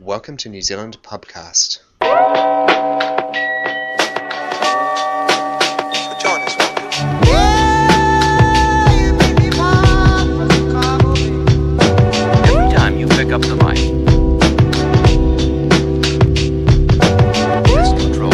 Welcome to New Zealand Pubcast. Every time you pick up the mic, this control.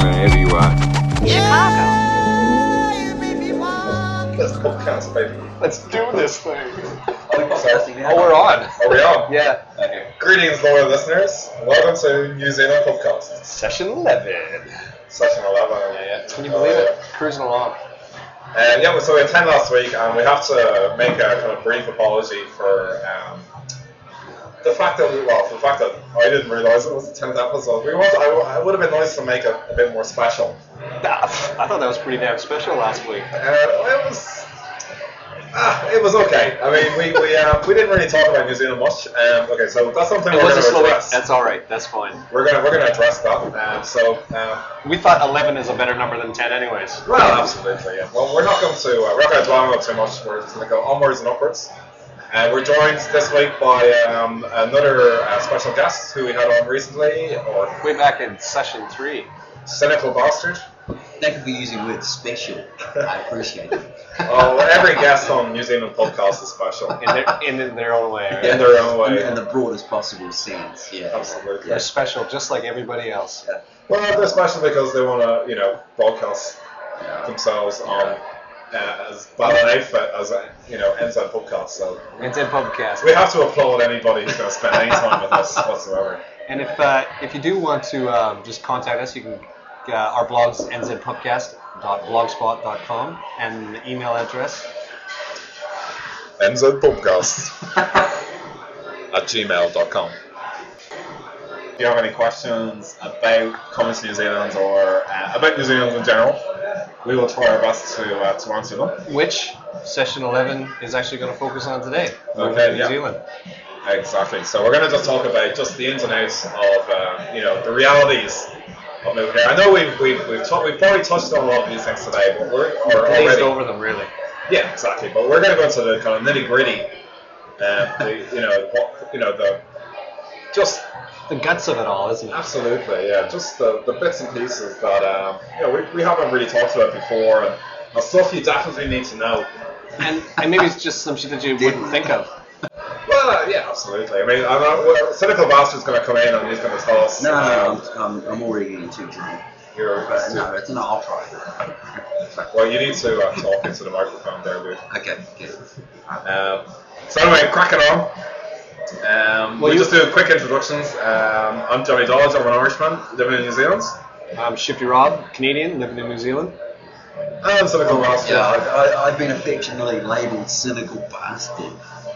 wherever you are. That's podcast, baby. Let's do this thing. Oh, we're on. Are we on? Yeah. Greetings, loyal listeners. Welcome to New Zealand Podcast, Session 11. session 11. Yeah. Can you believe it? Cruising along. And yeah, so we had 10 last week, and we have to make a kind of brief apology for um, the fact that, we, well, for the fact that I didn't realise it was the 10th episode. We was, I, w- I would have been nice to make it a bit more special. Ah, I thought that was pretty damn special last week. Uh, it was. Ah, it was okay. I mean, we we, uh, we didn't really talk about New Zealand much. Um, okay, so that's something It we're was a going to slow week. address. That's all right. That's fine. We're gonna we're gonna address that. Um, so um, We thought 11 is a better number than 10, anyways. Well, absolutely. Yeah. Well, we're not going to uh, we're not going to dwell on it too much. We're just going to go onwards and upwards. Uh, we're joined this week by um, another uh, special guest who we had on recently, or Way back in session three. cynical bastard. That could be using the word special. I appreciate it. Oh, every guest on New Zealand podcast is special In their, in, in their own way. Right? in their own In, way. in the broadest possible sense, yeah. Absolutely. They're special, just like everybody else. Well, they're special because they want to, you know, broadcast themselves on uh, as bad an outfit as uh, you know NZ podcast. So It's in Pubcast. we have to applaud anybody who's going to spend any time with us whatsoever. And if uh, if you do want to um, just contact us, you can uh, our blog's nzpubcast.blogspot.com and the email address Enzo Podcast at gmail.com. Do you have any questions about coming to New Zealand or uh, about New Zealand in general? We will try our best to, uh, to answer them. which session 11 is actually going to focus on today. Okay, New yeah. Zealand. Exactly. So we're going to just talk about just the ins and outs of uh, you know the realities of moving here. I know we've we've we've, ta- we've probably touched on a lot of these things today, but we're, we're Glazed already over them, really. Yeah, exactly. But we're going to go into the kind of nitty gritty, uh, the, you know, what, you know, the just The guts of it all, isn't it? absolutely, yeah, just the, the bits and pieces that um, you know we, we haven't really talked about before, and, and stuff you definitely need to know. And, and maybe it's just some shit that you wouldn't think of. Well, uh, yeah, absolutely. I mean, I'm not, well, cynical bastard's going to come in and he's going to tell us. No, um, no, no, I'm, I'm, I'm already getting too drunk. your, But no, it's not. I'll try. well, you need to uh, talk into the microphone there, dude. Okay, good. Um, so anyway, cracking on. Um, Well, we you- just do quick introductions. Um, I'm Johnny Dodge. I'm an Irishman living in New Zealand. I'm Um, Shifty Rob, Canadian, living in New Zealand. And Silicon Valley. Yeah, I, I, I've been affectionately labelled cynical bastard,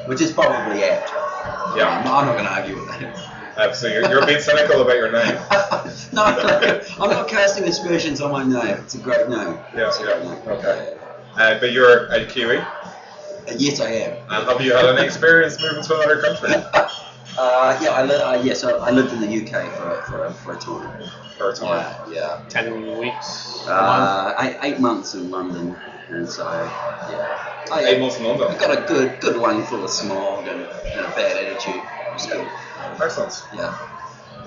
which is probably apt. I'm, yeah. I'm not going to argue with that. Uh, so you're, you're being cynical about your name. no, I'm not casting aspersions on my name. It's a great name. Yeah, It's a yeah, great name. okay. Uh, but you're a Kiwi. Uh, yes, I am. And have you had any experience moving to another country? Uh, yeah, I li- uh, yes, I, I lived in the UK for a, for a, for a time. For a time. Yeah, yeah. Ten weeks. a month. Uh, eight, eight months in London, and so yeah, I, Eight months in I London. got a good good lung full of smog and, and a bad attitude. It was good. Excellent. Yeah.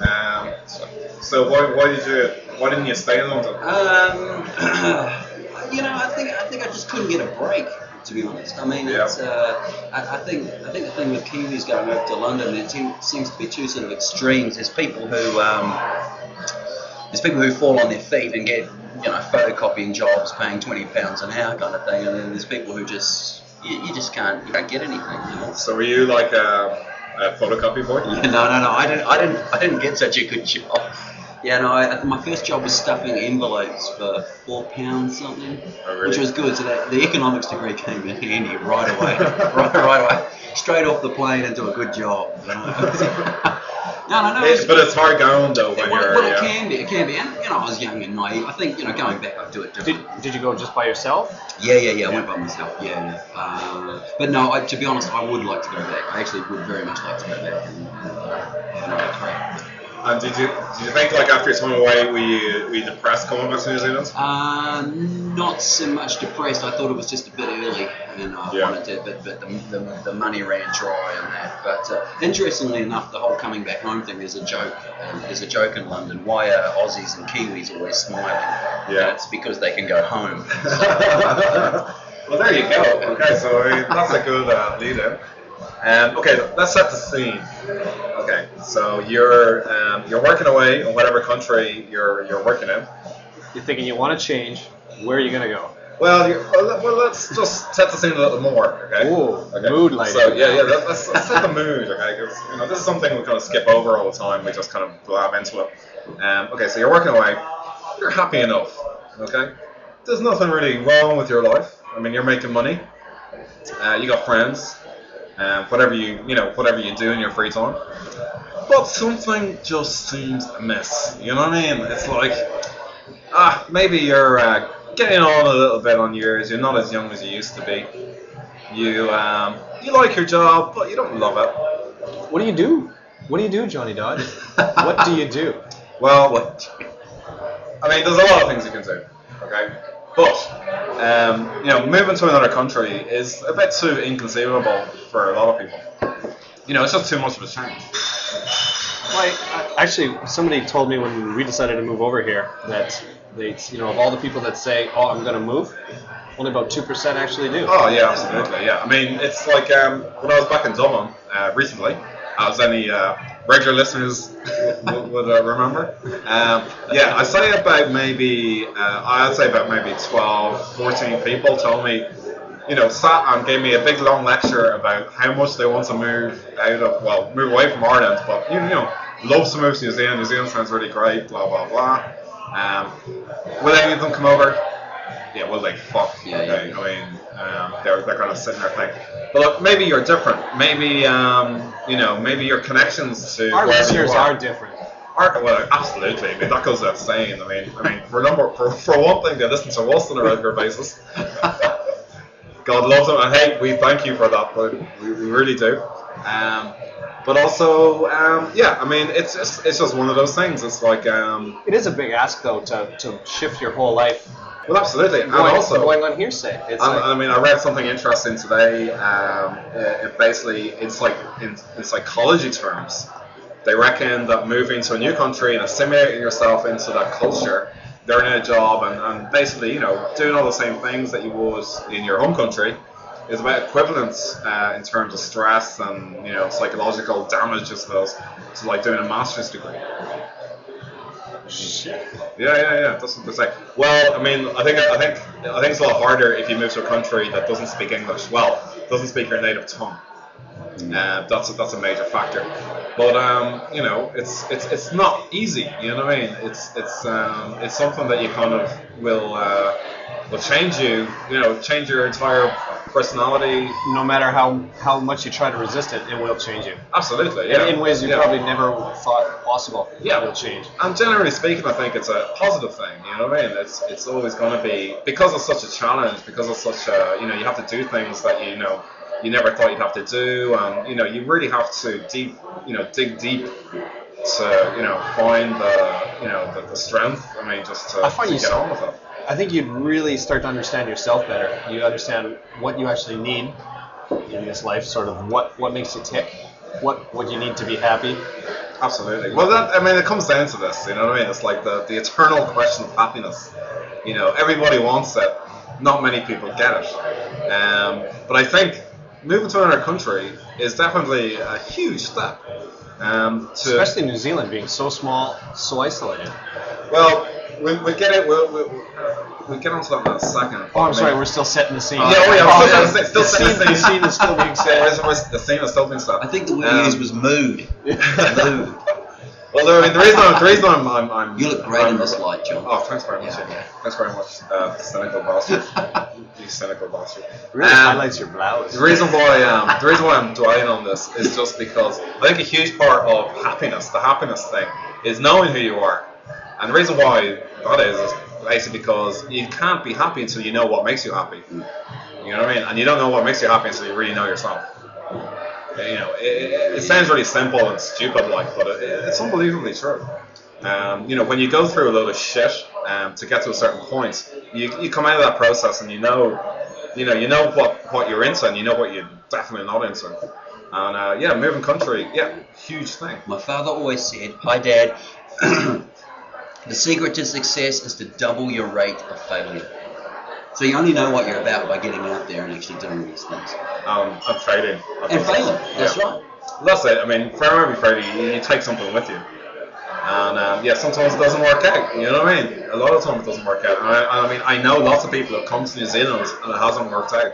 Um, so, so why, why did you why didn't you stay in London? Um, you know, I think I think I just couldn't get a break. To be honest, I mean, Yeah. it's, uh, I, I think I think the thing with Kiwis going over to London, there te- seems to be two sort of extremes. There's people who um, there's people who fall on their feet and get you know photocopying jobs, paying twenty pounds an hour kind of thing, and then there's people who just you, you just can't you don't get anything. You know? So were you like a, a photocopy boy? No, no, no. I didn't. I didn't. I didn't get such a good job. Yeah, no. I, my first job was stuffing envelopes for four pounds something, Oh, really? which was good. So that the economics degree came in handy right away. right, right away. Straight off the plane into a good job. you know. No, no, no. It's, but it's hard going though when It- well, you're. well, it yeah. can be, it can be. And, you know, I was young and naive. I think, you know, going back, I'd do it Did, differently. did you go just by yourself? Yeah, yeah, yeah. I went by myself. Yeah, yeah. Um, but no, I, to be honest, I would like to go back. I actually would very much like to go back and, and uh, have another crack. And Um, did you did you think like after your time away, were you, were you depressed coming back to New Zealand? Uh, not so much depressed. I thought it was just a bit early, and I Yeah. wanted to, but, but the, the, the money ran dry on that. But uh, interestingly enough, the whole coming back home thing is a joke. Um, there's a joke in London. Why are Aussies and Kiwis always smiling? Yeah. And it's because they can go home. well, there you go. Okay, so I mean, that's a good uh, lead in. Um, okay, let's set the scene. Okay, so you're um, you're working away in whatever country you're you're working in. You're thinking you want to change. Where are you gonna go? Well, you're, well, let- well, let's just set the scene a little more. Okay. Ooh, okay. mood lighting. So yeah, yeah, let- let's, let's set the mood. Okay, 'cause, you know this is something we kind of skip over all the time. We just kind of blab into it. Um, okay, so you're working away. You're happy enough. Okay. There's nothing really wrong with your life. I mean, you're making money. Uh, you got friends. Um, whatever you you know whatever you do in your free time. But something just seems amiss. You know what I mean? It's like ah, maybe you're uh, getting on a little bit on years. You're not as young as you used to be. You um, you like your job, but you don't love it. What do you do? What do you do, Johnny Dodd? what do you do? Well, I mean, there's a lot of things you can do. Okay, but um, you know, moving to another country is a bit too inconceivable for a lot of people. You know, it's just too much of a change. Like, I- actually, somebody told me when we decided to move over here that they, you know, of all the people that say, "Oh, I'm gonna move," only about two percent actually do. Oh yeah, absolutely. Yeah, I mean, it's like um, when I was back in Dublin uh, recently, as any uh, regular listeners would, would uh, remember. Um, yeah, I say about maybe uh, I'd say about maybe 12, 14 people told me, you know, sat and gave me a big long lecture about how much they want to move out of, well, move away from Ireland, but you know, loves to move to New Zealand. New Zealand sounds really great. Blah blah blah. Um, will any of them come over? Yeah, well, like fuck. Yeah, okay. yeah. I mean, um, they're they're kind of sitting there thinking, but look, maybe you're different. Maybe um, you know, maybe your connections to wherever Our listeners you are different. are well, absolutely. I mean, that goes without saying. I mean, I mean, for a number for, for one thing, they listen to us on a regular basis. God loves them, and hey, we thank you for that, but we, we really do. Um, but also, um, yeah, I mean, it's just it's just one of those things. It's like, um, It is a big ask, though, to, to shift your whole life well, absolutely, and going, also going on hearsay. It's I- like, I mean, I read something interesting today. Um, it, it basically, it's like in, in psychology terms, they reckon that moving to a new country and assimilating yourself into that culture, learning a job, and, and basically, you know, doing all the same things that you would in your home country, is about equivalence uh, in terms of stress and you know psychological damage, I suppose, to like doing a master's degree. Yeah, yeah, yeah. That's what they say. Well, I mean, I think I think I think it's a lot harder if you move to a country that doesn't speak English well, doesn't speak your native tongue. Mm. Uh, that's a, that's a major factor. But um, you know, it's it's it's not easy. You know what I mean? It's it's um, it's something that you kind of will uh, will change you. You know, change your entire personality. no matter how, how much you try to resist it, it will change you. Absolutely. Yeah. In, in ways you yeah. probably never thought possible. Yeah. It will change. And generally speaking, I think it's a positive thing. You know what I mean? It's it's always going to be because it's such a challenge, because it's such a you know you have to do things that you know you never thought you'd have to do, and you know you really have to deep you know dig deep to you know find the you know the, the strength. I mean, just to, I find to you get so- on with it. I think you'd really start to understand yourself better. You understand what you actually need in this life, sort of what, what makes you tick, what, what you need to be happy. Absolutely. Well, that I mean, it comes down to this. You know what I mean? It's like the, the eternal question of happiness. You know, everybody wants it. Not many people get it. Um, but I think moving to another country is definitely a huge step. Um, to Especially New Zealand being so small, so isolated. well, we we get it. We'll, we'll, we'll get onto that in a second. Oh, I'm Maybe- sorry, we're still setting the scene. yeah, oh yeah, we're yeah. still, still, the, still scene, the scene is still being set. The scene is still being set. I think the word Um, he used was mood. mood. Well, the, the reason I'm, the reason I'm, I'm, I'm You look great in I'm- this light, John. Oh, thanks very much. Yeah, yeah. Thanks very much, uh, cynical bastard. you cynical bastard. Really Um, highlights your blouse. The reason why um, the reason why I'm dwelling on this is just because I think a huge part of happiness, the happiness thing, is knowing who you are. And the reason why that is is basically because you can't be happy until you know what makes you happy. You know what I mean? And you don't know what makes you happy until you really know yourself. You know, it, it, it sounds really simple and stupid like, but it, it's unbelievably true. Um, you know, when you go through a load of shit um, to get to a certain point, you, you come out of that process and you know, you know, you know what, what you're into and you know what you're definitely not into. And uh, yeah, moving country, yeah, huge thing. My father always said, Hi, Dad, the secret to success is to double your rate of failure. So you only know what you're about by getting out there and actually doing these things. Um, I'm fading. And failing, that's Yeah. right. That's it. I mean, for every Friday, you, you take something with you. And um, yeah, sometimes it doesn't work out. You know what I mean? A lot of times it doesn't work out. And I, I mean, I know lots of people have come to New Zealand and it hasn't worked out.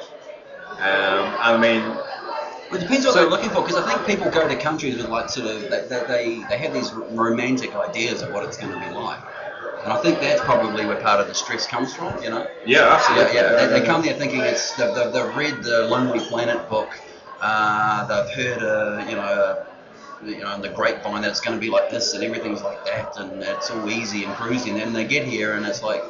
Um, I mean, It depends what they're looking for, because I think people go to countries with like sort of they, they, they, they have these romantic ideas of what it's going to be like, and I think that's probably where part of the stress comes from. You know, yeah, yeah, absolutely. yeah. uh, They, they come there thinking it's they've, they've, they've read the Lonely Planet book, uh, they've heard uh, you know. Uh, you know, in the grapevine that it's going to be like this and everything's like that and it's all easy and cruisy and then they get here and it's like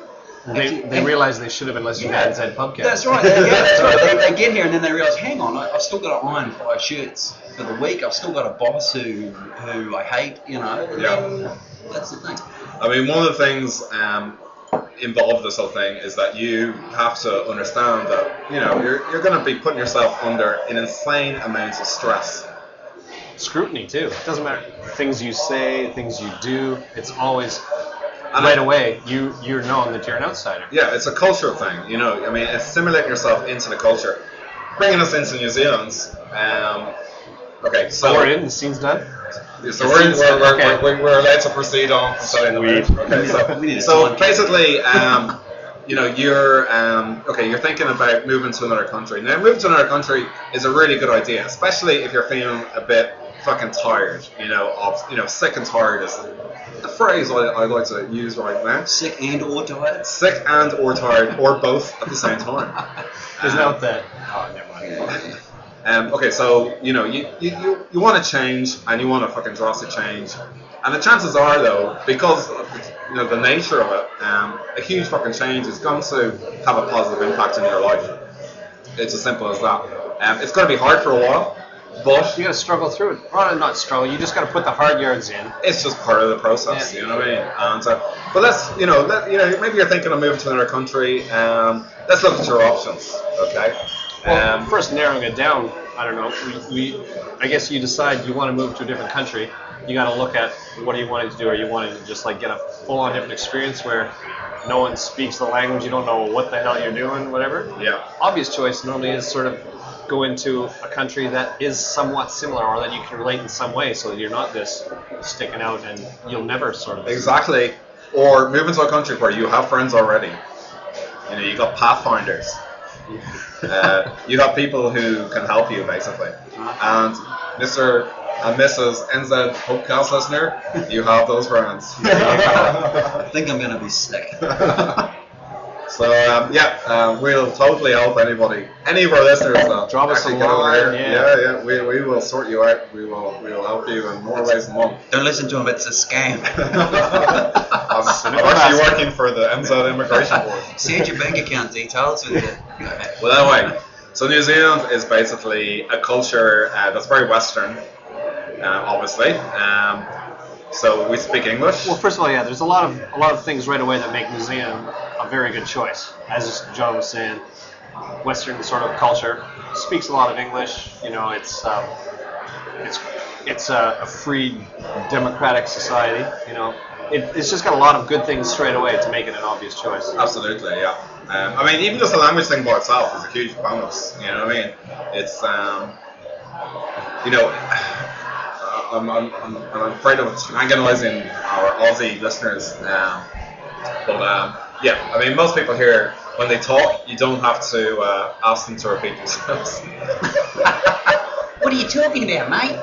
They, they realize they should have unless you had said pubcap. that's right. They, yeah, that's right. They, they get here and then they realise, hang on, I, I've still got to iron five shirts for the week. I've still got a boss who who I hate. You know. And Yeah. then That's the thing. I mean, one of the things um, involved with this whole thing is that you have to understand that you know you're, you're going to be putting yourself under an insane amount of stress. Scrutiny too. It doesn't matter things you say, things you do. It's always And right I- away. You you're known that you're an outsider. Yeah, it's a cultural thing, you know. I mean, assimilating yourself into the culture, bringing us into New Zealand. Um, okay, so So we're in. The scene's done. So we're, in, we're, we're, Okay. we're, we're allowed to proceed on. Sorry, no, Sweet. Okay, so, We need a so time. basically, um, you know, you're um, okay. You're thinking about moving to another country. Now, moving to another country is a really good idea, especially if you're feeling a bit fucking tired. You know, of you know, sick and tired is the phrase I, I like to use right now. Sick and or diet. Sick and or tired, or both at the same time. There's not that. Oh, never mind. Yeah. Um, okay, so you know you, you, you, you want to change and you want to fucking drastic change, and the chances are though because of the, you know the nature of it, um, a huge fucking change is going to have a positive impact in your life. It's as simple as that. Um, it's going to be hard for a while, but You gotta struggle through it. Or not struggle. You just gotta put the hard yards in. it's just part of the process. Yeah. You know what I mean? And so, but let's you know let, you know maybe you're thinking of moving to another country. Um, let's look at your options. Okay. Well, Um, first narrowing it down, I don't know. We, we, I guess you decide you want to move to a different country. You got to look at what do you want to do. Are you wanting to just like get a full-on different experience where no one speaks the language, you don't know what the hell you're doing, whatever? yeah. Obvious choice normally is sort of go into a country that is somewhat similar or that you can relate in some way, so that you're not this sticking out and you'll never sort of. Exactly. Or move into a country where you have friends already. You know, you got pathfinders. uh, you got people who can help you basically. And Mr. and Mrs. NZ Podcast listener, you have those friends. I think I'm going to be sick. so um, yeah, uh, we'll totally help anybody, any of our listeners that Drop us a actually get over here. line, yeah. yeah, yeah, we, we will sort you out. We will we will help you in more ways than one. Don't listen to him. It's a scam. I'm, I'm actually working for the NZ Immigration Board. Send your bank account details with the. Well, anyway, so New Zealand is basically a culture uh, that's very Western, uh, obviously. Um, so we speak English. Well, first of all, yeah, there's a lot of a lot of things right away that make New Zealand a very good choice. As John was saying, Western sort of culture speaks a lot of English. You know, it's um, it's it's a, a free, democratic society. You know, it, it's just got a lot of good things straight away to make it an obvious choice. Absolutely, yeah. Um, I mean, even just the language thing by itself is a huge bonus. You know what I mean? It's, um, you know, I'm, I'm, I'm, I'm afraid of antagonizing our Aussie listeners now. But um, yeah, I mean, most people here, when they talk, you don't have to uh, ask them to repeat themselves. What are you talking about, mate?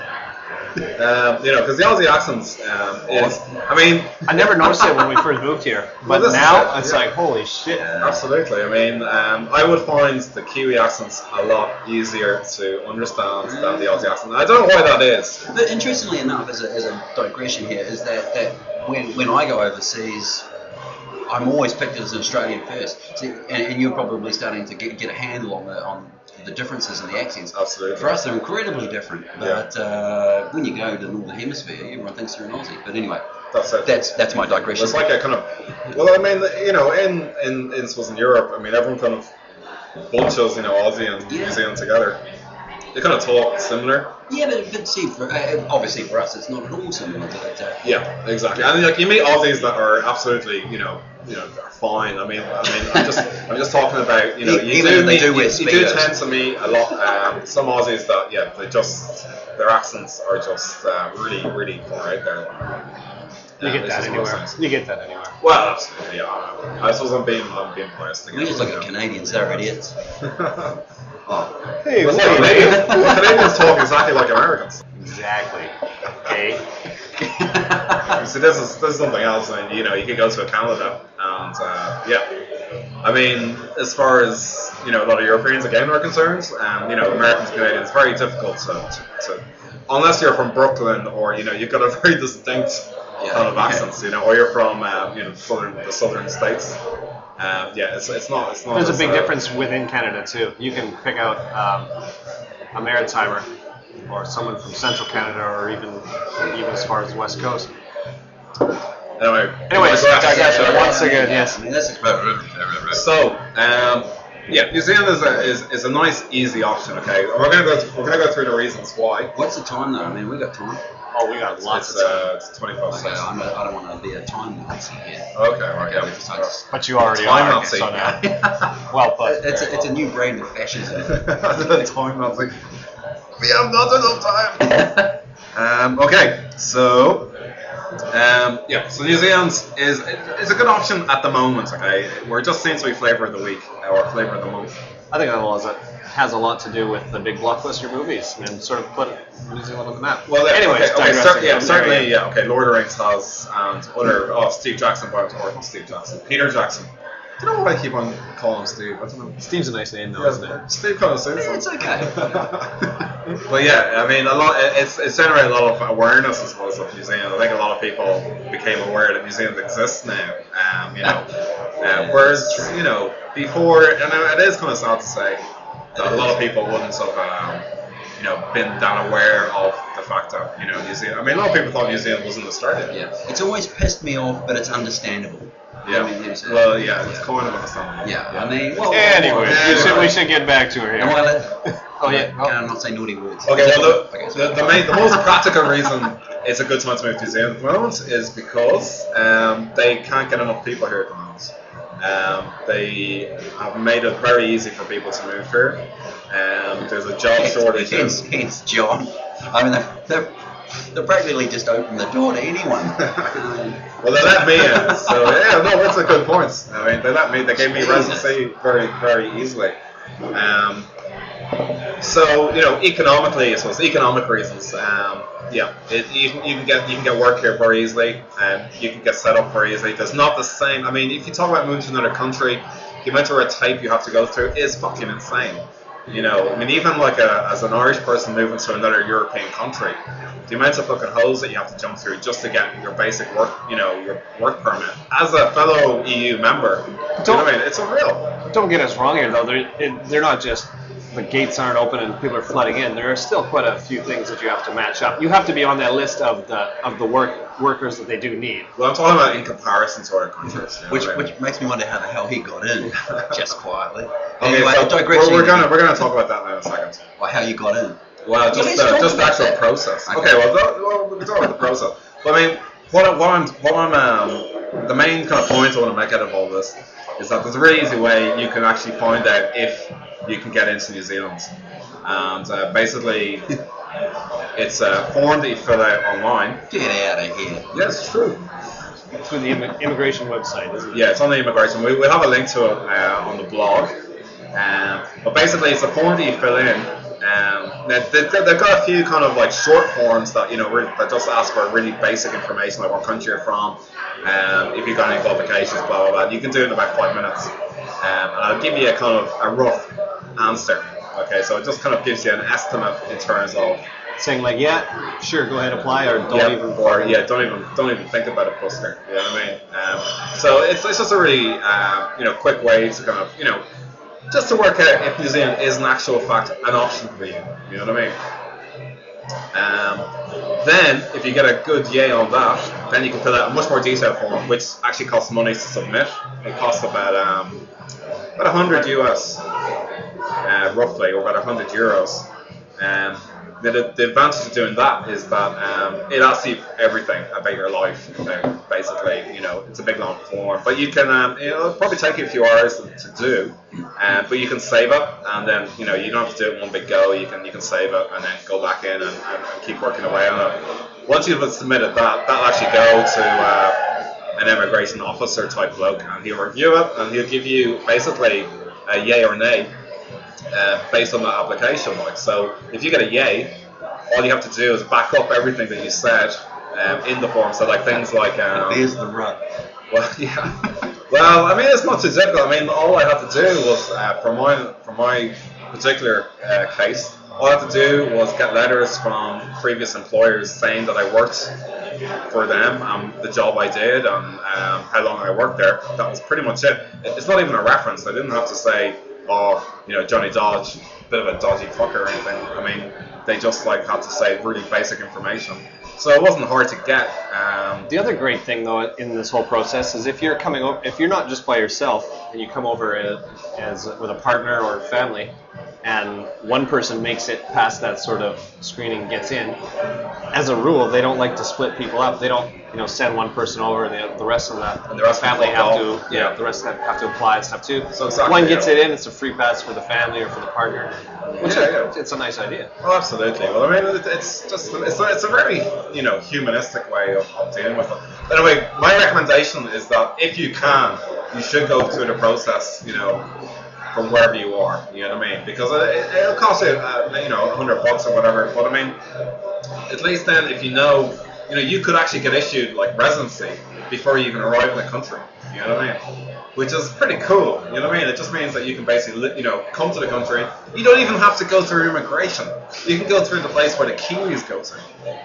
Um, you know, because the Aussie accents um, is, I mean, I never noticed it when we first moved here, Well, but this is now it, it's yeah. like holy shit. Absolutely. I mean, um, I would find the Kiwi accents a lot easier to understand than the Aussie accent. I don't know why that is. But interestingly enough, as a, as a digression here, is that, that when, when I go overseas, I'm always picked as an Australian first. See, and, and you're probably starting to get, get a handle on the, on the differences in the accents. Absolutely. For us, they're incredibly different. But uh, when you go to the Northern Hemisphere, everyone thinks you're an Aussie. But anyway, That's it. that's that's my digression. It's like a kind of. Well, I mean, you know, in in in, suppose in Europe, I mean, everyone kind of bunches, you know, Aussie and Yeah. New Zealand together. They kind of talk similar. yeah, but, but see, for, uh, obviously for us, it's not at all similar to that. Uh, Yeah, exactly. And like you meet Aussies that are absolutely, you know, you know, are fine. I mean, I mean, I'm just, I'm just talking about, you know, you E-, Even do, if they meet- do you, wear you do Speedos. tend to meet a lot um, some Aussies that, yeah, they just their accents are just uh, really, really far out there. You Yeah, get this that is what I'm anywhere. saying. You get that anywhere. Well, absolutely. Yeah, I suppose I'm being, I'm being biased. we just look at Canadians, they're idiots. oh. Hey, Well, no, Canadians, well, Canadians talk exactly like Americans. Exactly. Okay. So this is this is something else, and you know, you could go to Canada, and uh, yeah, I mean, as far as you know, a lot of Europeans again are concerned, um, you know, Americans, Canadians, very difficult to, to, to unless you're from Brooklyn or you know, you've got a very distinct Yeah, kind of okay. accents, you know, or you're from um, you know, southern the southern states. Um, yeah, it's, it's not it's not. There's a as, big uh, difference within Canada too. You can pick out um, a Maritimer or someone from Central Canada, or even even as far as the West Coast. Anyway, Anyways, digress, digression, digress. once again, yes. I mean, this is So, um, yeah, New Zealand is a, is, is a nice, easy option. Okay, we're gonna go th- we're gonna go through the reasons why. What's the time though? I mean, we got time. Oh, we got lots it's, of time. Uh, it's twenty five Okay, seconds. I'm a, I don't want to be a time Nazi here. Okay, right. Okay, Yeah, we just like to- But you already Time are. Nazi. So now, well put. it's, a, it's a new brand of fascism. the time I was like, we have not enough time. um, okay, so um, yeah, so New Zealand is is a good option at the moment. Okay, we're just seems to be flavor of the week or flavor of the month. I think that was it. Has a lot to do with the big blockbuster movies and sort of put New Zealand on the map. Well, yeah, anyways, okay, okay, digressing. cer- yeah, There certainly, we yeah, okay. Lord of the Rings has and other. Oh, Steve Jackson, but I was working Steve Jackson. Peter Jackson. Do you know what I keep on calling him Steve? I don't know. go. Steve's a nice name though, isn't it? Yeah, Steve kind of suits him. it's okay. but yeah, I mean, a lot. it- It's it's generated a lot of awareness as well as of New Zealand. I think a lot of people became aware that New Zealand exists now. Um, you know, uh, whereas you know before, and it is kind of sad to say that a lot of people wouldn't have. Um, you know, been that aware of the fact that you know New Zealand. I mean, a lot of people thought New Zealand wasn't Australia. Yeah, it's always pissed me off, but it's understandable. Yeah. I mean, there's a- well, yeah, it's kind of understandable. yeah. I mean, well, Anyway, we should, we anyway. should get back to her Am I here. allowed- Oh yeah. Can Oh. I not say naughty words? Okay, well, Okay, the, so- the, the, main, the most practical reason it's a good time to move to New Zealand at the moment is because um, they can't get enough people here at the moment. Um, they have made it very easy for people to move here. Um, there's a job shortage. here. Hence, hence John. I mean, they've, they've, they've practically just opened the door to anyone. Um, Well, they let me in, so yeah, no, that's a good point. I mean, they let me, they gave me residency very, very easily. Um, so you know, economically, I suppose economic reasons. Um, yeah, it, you, can- you can get you can get work here very easily, and you can get set up very easily. There's not the same. I mean, if you talk about moving to another country, the amount of red tape you have to go through is fucking insane. You know, I mean, even like a, as an Irish person moving to another European country, the amount of fucking holes that you have to jump through just to get your basic work, you know, your work permit. As a fellow EU member, do you know what I mean? It's unreal. Don't get us wrong here, though. They're, it, they're not just the gates aren't open and people are flooding in. There are still quite a few things that you have to match up. You have to be on that list of the of the work workers that they do need. Well, I'm talking about in comparison to other countries. you know which, what I mean? which makes me wonder how the hell he got in, just quietly. Okay, anyway, so digressing. we're, we're gonna we're gonna talk about that in a second. Or how you got in. Well, just let's the, talk just the about actual that. process. Okay. Okay, well, that, well, we can talk about the process. But I mean, what, I- what I'm what I'm um, the main kind of point I want to make out of all this is that there's a really easy way you can actually find out if you can get into New Zealand, and uh, basically. It's a form that you fill out online. Get out of here. Yeah, it's true. Through the immi- immigration website, isn't it? Yeah, it's on the immigration. We, we'll have a link to it uh, on the blog. Um, but basically, it's a form that you fill in, Um, they, they, they've got a few kind of like short forms that you know really, that just ask for really basic information, like what country you're from, um, if you've got any qualifications, blah blah blah. You can do it in about five minutes, um, and I'll give you a kind of a rough answer. Okay, so it just kind of gives you an estimate in terms of saying like, yeah, sure, go ahead, apply, or don't yeah, even. or yeah, don't even don't even think about a poster. You know what I mean? Um, so it's, it's just a really um, you know quick way to kind of you know just to work out if New Zealand is an actual fact an option for you. You know what I mean? Um, then if you get a good yay on that, then you can fill out a much more detailed form, which actually costs money to submit. It costs about um, about 100 US uh, roughly, or about 100 euros. Um, the, the- the advantage of doing that is that um, it asks you everything about your life, you know, basically. You know, it's a big long form, but you can. Um, it'll probably take you a few hours to, to do, uh, but you can save it, and then you know you don't have to do it in one big go. You can you can save it and then go back in and, and, and keep working away on it. Once you've submitted that, that'll actually go to. Uh, an immigration officer type bloke, and he'll review it, and he'll give you basically a yay or nay uh, based on that application. Like, so if you get a yay, all you have to do is back up everything that you said um, in the form. So like things like um, There's the rub. well, yeah. Well, I mean, it's not too difficult. I mean, all I had to do was uh, for my for my particular uh, case, all I had to do was get letters from previous employers saying that I worked for them, um, the job I did, and um, how long I worked there. That was pretty much it. It- It's not even a reference. I didn't have to say, oh, you know, Johnny Dodge, bit of a dodgy fucker or anything. I mean, they just like had to say really basic information. So it wasn't hard to get. Um, The other great thing, though, in this whole process is if you're coming over, if you're not just by yourself and you come over a- as with a partner or family, and one person makes it past that sort of screening, and gets in. As a rule, they don't like to split people up. They don't, you know, send one person over and the, the rest of that And the rest of family them have fall off. to, yeah, Yeah. the rest of them have to apply and stuff too. So exactly, one gets yeah. it in, it's a free pass for the family or for the partner, which Yeah, is, yeah. it's a nice idea. Oh, absolutely. Well, I mean, it, it's just it's a, it's a very you know humanistic way of, of dealing with it. But anyway, my recommendation is that if you can, you should go through the process. You know, from wherever you are. You know what I mean? Because it, it, it'll cost you uh, you know hundred bucks or whatever. But I mean, at least then if you know you know you could actually get issued like residency before you even arrive in the country you know what i mean which is pretty cool you know what i mean it just means that you can basically li- you know come to the country you don't even have to go through immigration you can go through the place where the kiwis go to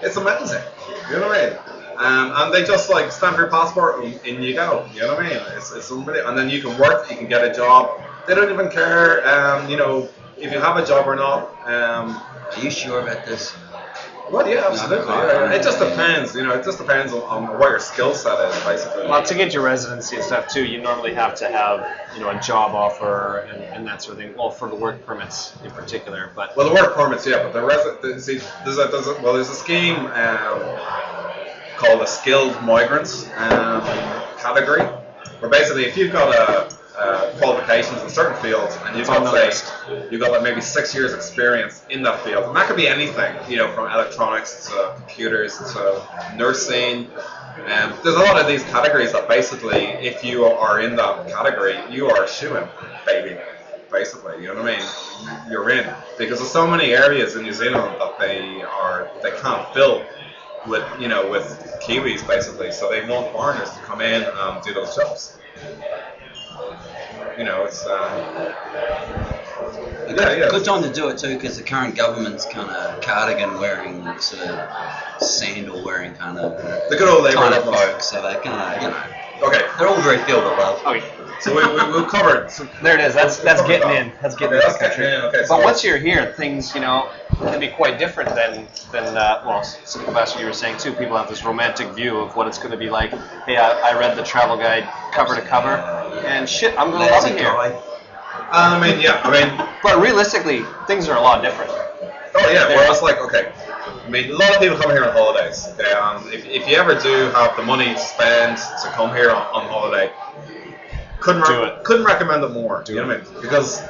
it's amazing you know what i mean um, and they just like stamp your passport and in you go you know what i mean it's, it's unbelievable. and then you can work you can get a job they don't even care um, you know if you have a job or not um, Are you sure about this? well, yeah, absolutely. No, no, yeah, yeah. no. It just depends, you know. It just depends on, on what your skill set is, basically. Well, to get your residency and stuff too, you normally have to have you know a job offer and, and that sort of thing. Well, for the work permits in particular, but Well, the work permits, yeah, but the resi- the, see, there's a, there's a well, there's a scheme um, called the skilled migrants um, category, where basically if you've got a, uh qualifications in certain fields and you've It's on got the say list. you've got like maybe six years experience in that field, and that could be anything, you know, from electronics to computers to nursing. Um, there's a lot of these categories that basically, if you are in that category, you are a shoo-in, baby basically. You know what I mean? You're in because there's so many areas in New Zealand that they are they can't fill with you know with Kiwis basically. So they want foreigners to come in and do those jobs. You know, it's um, A Yeah, good, yeah. good time to do it too, because the current government's kind of cardigan wearing, sort of sandal wearing kind of The good old Labour kind of government. folk. So they kind of, you know, okay. they're all very filled with love. okay, So we we we've covered. some- oh, um, there it is. That's that's Covered getting that. in. That's getting Okay, in the that's getting country. in, okay, so- but once you're here, things you know can be quite different than than uh, well, Sylvester, you were saying too. People have this romantic view of what it's going to be like. Hey, I, I read the travel guide cover to cover, and shit, I'm going to love Lazy it here. guy. I mean, yeah. I mean, But realistically, things are a lot different. Oh yeah, well it's like okay. I mean, a lot of people come here on holidays. Okay, um, if, if you ever do have the money to spend to come here on, on holiday, couldn't Do rec- it. couldn't recommend it more. Do you know what I mean? Because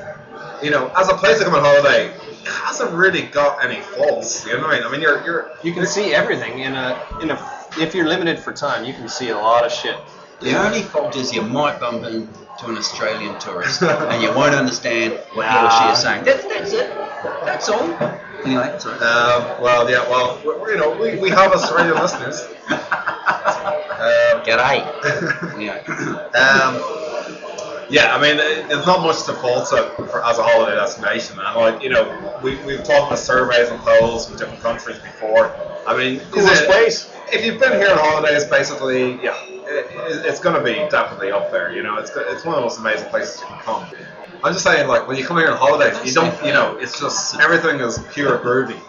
you know, as a place to come on holiday, it hasn't really got any faults. You know what I mean? I mean, you're you're You can see everything in a in a if you're limited for time, you can see a lot of shit. The only fault is you might bump into an Australian tourist and you won't understand what he or she Nah. is saying. That's, that's it. That's all. Anyway, sorry. Uh, well, yeah, well, we- we- you know, we, we have Australian listeners. Um, G'day. Anyway. um, yeah, I mean, it- there's not much to fault it for, as a holiday destination. And like, you know, we, we've talked about surveys and polls from different countries before. I mean, is Coolest it- place. If you've been here on holidays, basically, yeah, it, it, it's going to be definitely up there. You know, it's go- it's one of the most amazing places you can come. I'm just saying, like, when you come here on holidays, you don't, you know, it's just everything is pure groovy.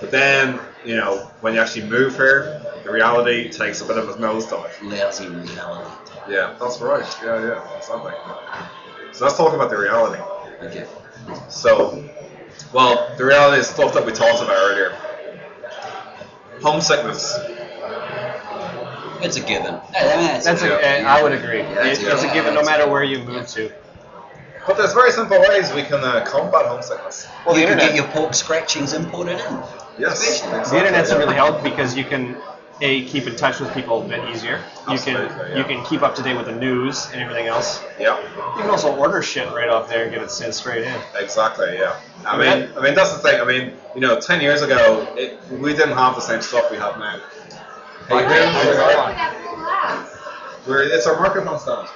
But then, you know, when you actually move here, the reality takes a bit of a nosedive. Lousy reality. Yeah, that's right. Yeah, yeah, something. So let's talk about the reality. Okay. So, well, the reality is stuff that we talked about earlier. Homesickness. It's a given. That's, That's a, eh, I would agree. that's It- it's a good. given no matter where you move to. But there's very simple ways we can uh, combat homesickness. Well, the you can internet. get your pork scratchings imported in. Yes. Especially- exactly, The internet's yeah. really helped because you can a keep in touch with people a bit easier. You Absolutely, can yeah. you can keep up to date with the news and everything else. Yeah. You can also order shit right off there and get it sent straight in. Exactly. Yeah. I Okay. mean, I mean that's the thing. I mean, you know, ten years ago, it, we didn't have the same stuff we have now. Hey, Like, dude, yeah, how's it yeah. going? We're, it's our microphone stand.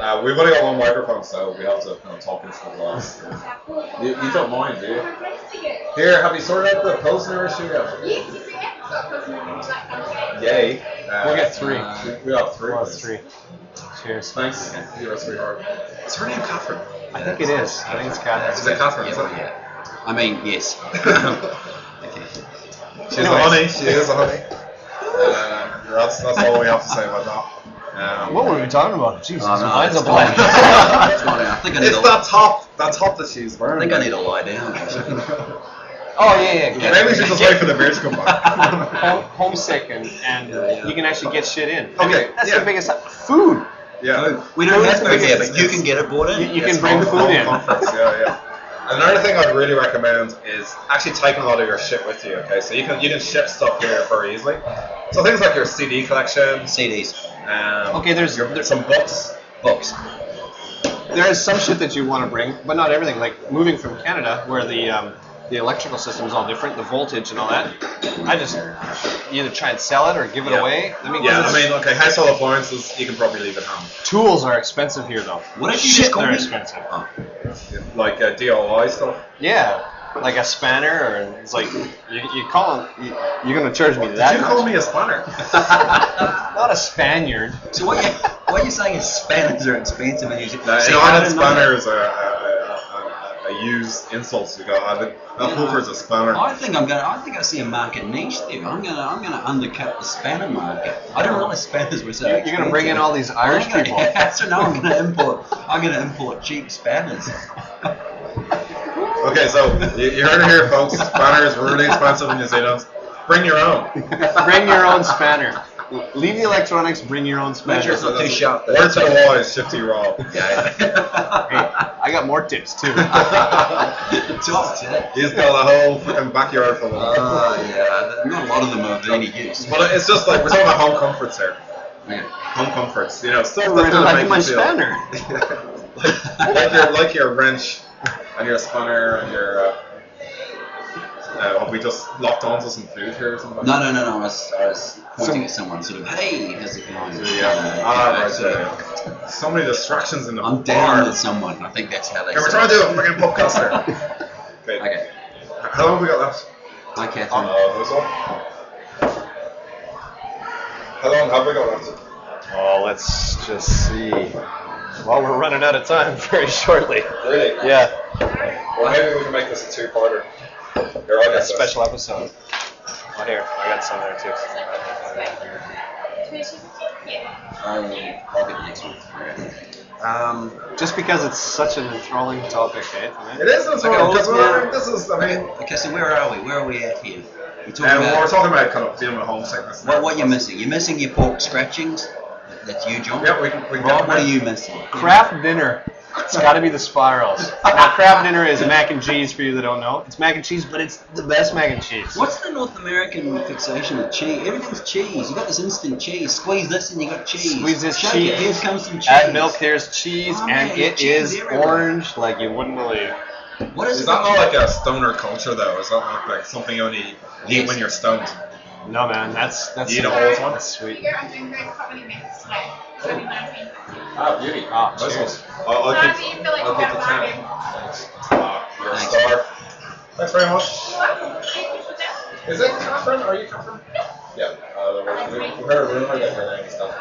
Uh, we've only got one microphone, so we have to kind of talk into the glass. You, you don't mind, do you? Here, have you sorted out the Pilsner issue yet? Yay. Uh, We'll get three. we- we have three. Well, it's three. Cheers. Thanks. You're a sweetheart. Is her name Catherine? I think it is. I think it's Is Catherine. it Catherine? Yeah, Is well, it? yeah. I mean, yes. She's a honey. She is a honey. Uh, that's, that's all we have to say about that. Um, What were we talking about? Jesus, Uh, Oh, no, mine's a it's blank. fine. It's fine. I think I need it's a, I that top, that top that she's wearing. think I need to lie down. actually. oh yeah, yeah. yeah. Maybe we should just wait for the beer to come back. Home, homesick and, and Yeah, yeah. you can actually get shit in. I Okay, mean, that's yeah. the biggest food. yeah. We don't Well, have it's- food here, it's- but you can get it bought You, in. you It's can bring home- food home in. comforts, yeah, yeah. Another thing I'd really recommend is actually taking a lot of your shit with you. Okay, so you can you can ship stuff here very easily. So things like your CD collection, CDs, um, Okay, there's- your, there's some books. books. There is some shit that you want to bring, but not everything. Like moving from Canada, where the um, the electrical system is all different, the voltage and all that. I just either try and sell it or give it Yeah. away. I mean, 'cause Yeah, I it's- mean, okay, household appliances you can probably leave at home, tools are expensive here, though. What did you shit, just call they're me? expensive. Oh, like uh, DIY stuff. Yeah, like a spanner, or it's like you, you call you, you're gonna charge me that. Did you much? call me a spanner? Not a Spaniard. So what you what you're saying is spanners are expensive in New Zealand. No, See, in I Ireland, don't know spanner is a, a, a, a, a used insult to go. I think a hoover's a spanner. that. I think I'm gonna. I think I see a market niche there. I'm gonna. I'm gonna undercut the spanner market. I don't realize spanners were so. You're gonna bring in all these Irish I'm gonna, people. Yeah, so now I'm gonna import. I'm gonna import cheap spanners. Okay, so you, you heard it here, folks. Spanners were really expensive in New Zealand. Bring your own. bring your own spanner. Leave the electronics. Bring your own Make spanner. sure it's not too sharp. though. Word to the wise, Shifty Rob. Hey, I got more tips too. Just it. He's got a whole fucking backyard full of them. Oh yeah, not a lot of them are of any use. But it's just like we're talking about home comforts here. Yeah. Home comforts, you know, stuff I that's gonna like make my you feel spanner. like your like your wrench and your spanner and your. Uh, uh, have we just locked onto some food here or something? No, no, no, no. I was, I was pointing at someone, sort of, hey, how's it going? Yeah. Uh, Ah, right, sort of, yeah, yeah. So many distractions in the I'm down bar. with someone. I think that's how they. Okay, we're say trying it. to do a freaking podcast here. Okay. Okay. How long have we got left? Hi, Catherine. Uh, this one? How long have we got left? Oh, let's just see. Well, we're running out of time very shortly. Really? Yeah, Well, maybe we can make this a two-parter. Here, I a got special episode. Oh, here, I got some there too. I'll, I'll get the next one. Okay. Um, Just because it's such an enthralling topic, eh? It is this Okay, one, because well, we're, yeah. this is, I mean, okay, so where are we? Where are we at here? We're talking and we're about talking about kind of dealing with homesickness. what, what you're missing. You're missing your pork scratchings. That's you, John. Yeah, we can, we can Rob, what get are you missing? Crab dinner. It's got to be the spirals. Now, crab dinner is mac and cheese for you that don't know. It's mac and cheese, but it's the best mac and cheese. What's the North American fixation with cheese? Everything's cheese. You got this instant cheese. Squeeze this and you got cheese. Squeeze this Shake cheese. It. Here comes some cheese. Add milk, there's cheese, Oh, and man, it cheese is everywhere. orange like you wouldn't believe. What is Is it? that not like a stoner culture though? Is that not like something you only eat Yes. when you're stoned? No, man, that's that's You don't that's always want it. sweet. Here, I'm doing great comedy mix tonight. It's only 19. Ah, beauty. Ah, Nice cheers. one. I'll, I'll How keep- do you feel like I'll you keep got the a ten. Ah, you're a Thanks. star. Thanks very much. Welcome. Thank you for that. Is it Catherine? Are you Catherine? Yeah. Uh, the word- we, we heard a rumor that her name is Catherine. Oh,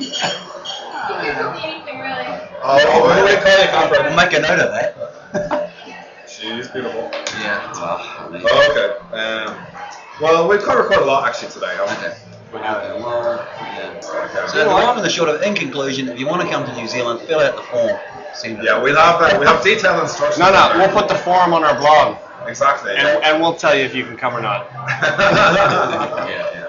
you don't need anything really. Oh, who do they call you Catherine? We'll make a note of that. She's beautiful. Yeah. Well, I mean, Oh, okay. Um, well, we've covered quite a lot actually today, haven't we? okay. Okay, well, yeah. So uh, Okay. the long and the short of, it, in conclusion, if you want to come to New Zealand, fill out the form. Send it. Yeah, we'll have uh, we have detailed instructions. No, no, there. we'll put the form on our blog, exactly. and, and we'll tell you if you can come or not. yeah, yeah. yeah.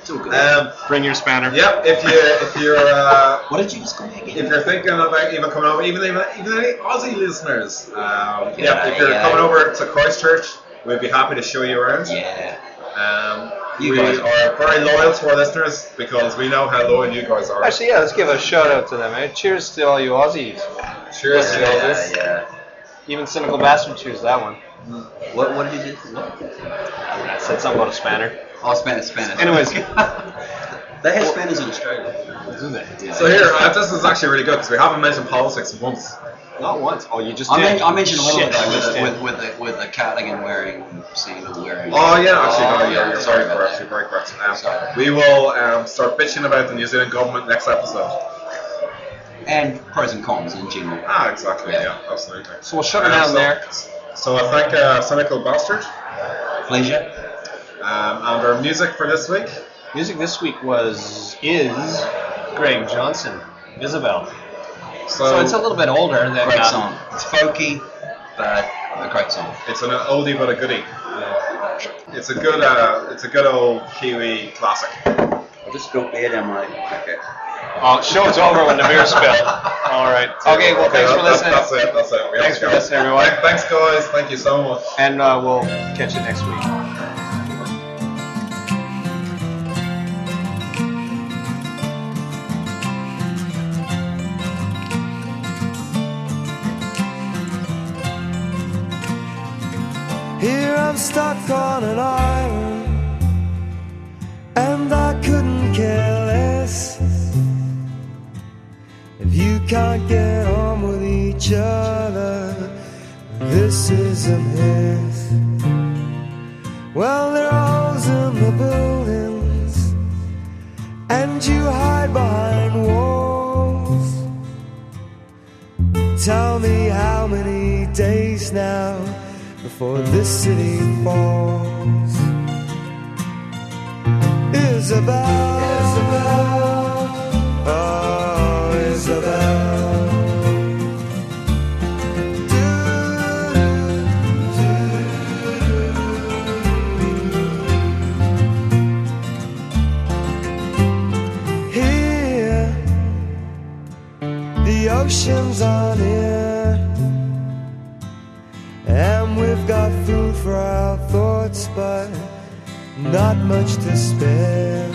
It's all good. Um, Bring your spanner. yep. If you if you're uh, what did you just call me if again? you're thinking about even coming over, even even, even any Aussie listeners, um, yeah, if you're Yeah. coming over to Christchurch, we'd be happy to show you around. Yeah. Um, You we guys- are very loyal to our listeners because we know how loyal you guys are. Actually, yeah, let's give a shout out to them. Eh? Cheers to all you Aussies. Cheers to all Yeah, this. yeah. Even cynical bastard choose that one. What, what did you do? What? I said something about a spanner. Oh, Spanish, Spanish. Anyways. they have Spanish in Australia. Isn't it? Yeah. So here, uh, this is actually really good because we haven't mentioned politics once. Not once. Oh, you just I, did. men- I mentioned a little Shit, bit you just though did. with, the- with, with, the, with the cardigan wearing, sandal wearing. Oh yeah, actually, no, you're, you're sorry very about correct. that. You're very correct. Um, Sorry. we will um, start bitching about the New Zealand government next episode. And pros and cons in general. Ah, exactly. Yeah. Yeah, absolutely. Um, So we'll shut her down so, there. So I thank uh, Cynical Bastard Pleasure. um, and our music for this week. Music this week was is Greg Johnson, Isabel. So, So it's a little bit older than Great uh, song. It's folky, but a great song. it's an oldie but a goodie. It's a good, uh, it's a good old Kiwi classic. I just spilled beer down my. Okay. Oh, show's over when the beer's spilled. All right. Okay. Well, thanks that- that- for listening, That's it. That's it. We Thanks have to for go. listening, everyone. Thank- Thanks, guys. Thank you so much. and uh, we'll catch you next week. Here I'm stuck on an island, and I couldn't care less if you can't get on with each other. This is a mess. Well, there are holes in the buildings, and you hide behind walls. Tell me how many days now before this city falls. Isabel, Isabel, oh Isabel. Do-do-do-do. Here the ocean's on here, and we've got food for our thoughts, but not much to spare.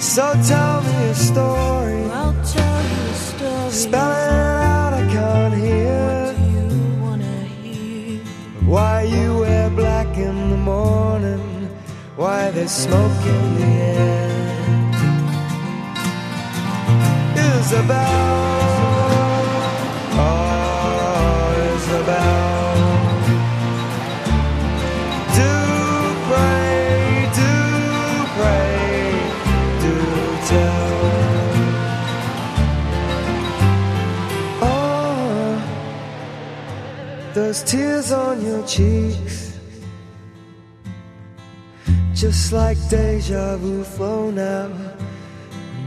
So tell me a story. I'll tell you a story Spell it out, I can't hear. you wanna hear. Why you wear black in the morning? Why there's smoke in the air? Isabel, oh Isabel. Do pray, do pray, do tell. Oh. Those tears on your cheeks Just like deja vu flown out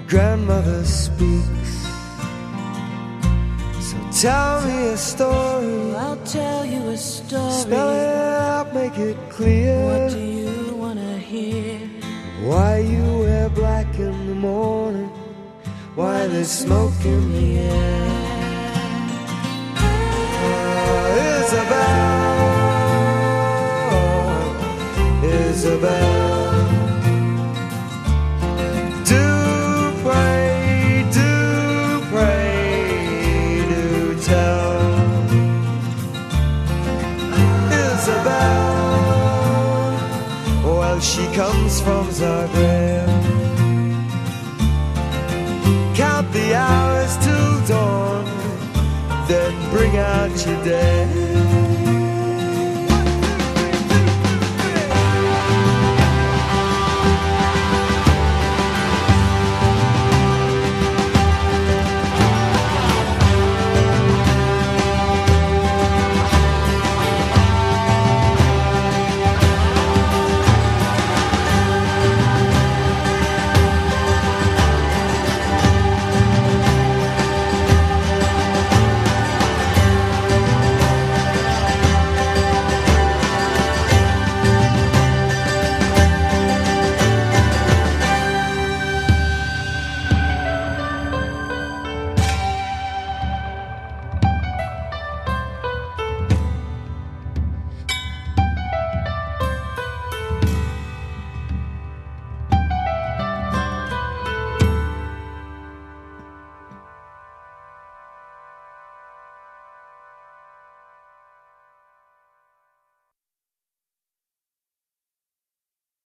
Grandmother speaks So tell me a story I'll tell you a story. Spell it out, make it What do clear you wanna hear? Why you wear black in the morning Why there's smoke in the air Isabel Isabel. Do pray, do pray, while she comes from Zagreb. Count the hours till dawn, then bring out your dead.